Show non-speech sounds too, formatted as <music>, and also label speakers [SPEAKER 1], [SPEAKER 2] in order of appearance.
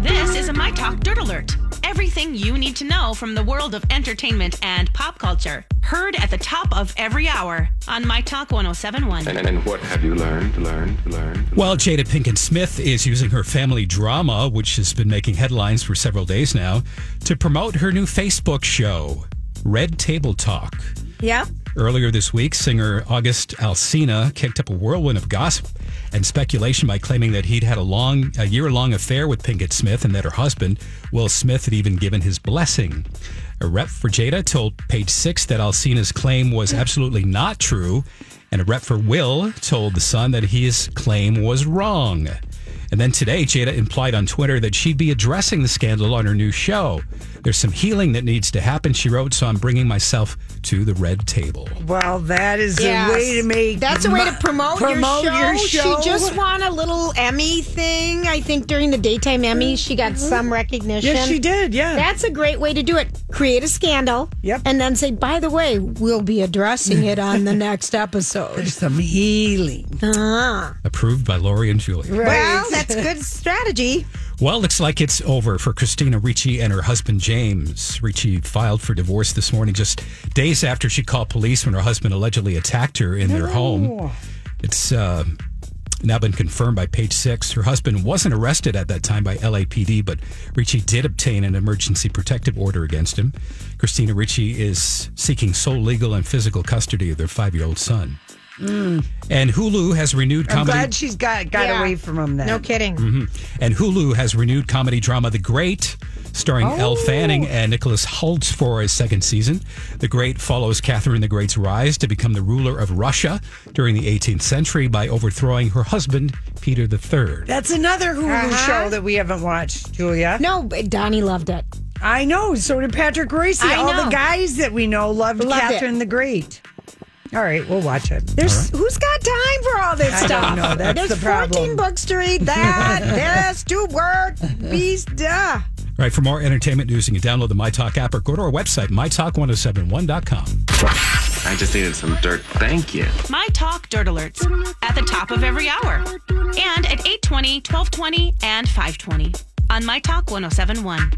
[SPEAKER 1] This is a My Talk Dirt Alert. Everything you need to know from the world of entertainment and pop culture. Heard at the top of every hour on My Talk 1071.
[SPEAKER 2] And, and, and what have you learned, learned, learned?
[SPEAKER 3] Well, Jada Pinkett Smith is using her family drama, which has been making headlines for several days now, to promote her new Facebook show, Red Table Talk.
[SPEAKER 4] Yeah.
[SPEAKER 3] Earlier this week, singer August Alsina kicked up a whirlwind of gossip and speculation by claiming that he'd had a long, a year-long affair with Pinkett Smith and that her husband, Will Smith, had even given his blessing. A rep for Jada told Page Six that Alsina's claim was absolutely not true, and a rep for Will told The Sun that his claim was wrong. And then today, Jada implied on Twitter that she'd be addressing the scandal on her new show. There's some healing that needs to happen, she wrote, so I'm bringing myself to the red table.
[SPEAKER 5] Well, that is
[SPEAKER 4] Yes.
[SPEAKER 5] a way to make.
[SPEAKER 4] That's a way to promote,
[SPEAKER 5] promote
[SPEAKER 4] your, show.
[SPEAKER 5] your show.
[SPEAKER 4] She just won a little Emmy thing. I think during the daytime Emmys, she got some recognition.
[SPEAKER 5] Mm-hmm. Yes, she did. Yeah.
[SPEAKER 4] That's a great way to do it. Create a scandal.
[SPEAKER 5] Yep.
[SPEAKER 4] And then say, by the way, we'll be addressing
[SPEAKER 5] <laughs>
[SPEAKER 4] it on the next episode.
[SPEAKER 5] There's some healing.
[SPEAKER 4] Ah.
[SPEAKER 3] Approved by Lori and Julie.
[SPEAKER 4] Well, that's good strategy.
[SPEAKER 3] Well, looks like it's over for Christina Ricci and her husband James. Ricci filed for divorce this morning, just days after she called police when her husband allegedly attacked her in their home. It's uh, now been confirmed by Page Six. Her husband wasn't arrested at that time by LAPD, but Ricci did obtain an emergency protective order against him. Christina Ricci is seeking sole legal and physical custody of their five-year-old son. And Hulu has renewed
[SPEAKER 5] Mm. I'm
[SPEAKER 3] comedy.
[SPEAKER 5] glad she's got got
[SPEAKER 4] Yeah.
[SPEAKER 5] away from him. Then
[SPEAKER 4] No kidding.
[SPEAKER 3] And Hulu has renewed comedy drama The Great, starring Elle Fanning and Nicholas Holtz for a second season. The Great follows Catherine the Great's rise to become the ruler of Russia during the 18th century by overthrowing her husband, Peter III.
[SPEAKER 5] That's another Hulu
[SPEAKER 4] Uh-huh.
[SPEAKER 5] show that we haven't watched, Julia.
[SPEAKER 4] No, but Donnie loved it.
[SPEAKER 5] I know. So did Patrick Gracie.
[SPEAKER 4] I
[SPEAKER 5] All
[SPEAKER 4] know.
[SPEAKER 5] the guys that we know loved,
[SPEAKER 4] Loved it.
[SPEAKER 5] Catherine the Great. All right, we'll watch it.
[SPEAKER 4] There's who's got time for all this
[SPEAKER 5] I
[SPEAKER 4] stuff?
[SPEAKER 5] don't know. That's
[SPEAKER 4] There's
[SPEAKER 5] the problem.
[SPEAKER 4] 14 books to read.
[SPEAKER 5] <laughs>
[SPEAKER 4] That there's to work. Beast. Duh.
[SPEAKER 3] All right, for more entertainment news, you can download the MyTalk app or go to our website, mytalk1071.com.
[SPEAKER 2] I just needed some dirt. Thank you.
[SPEAKER 1] My Talk Dirt Alerts at the top of every hour. And at 820, 1220, and 520 on My Talk 1071.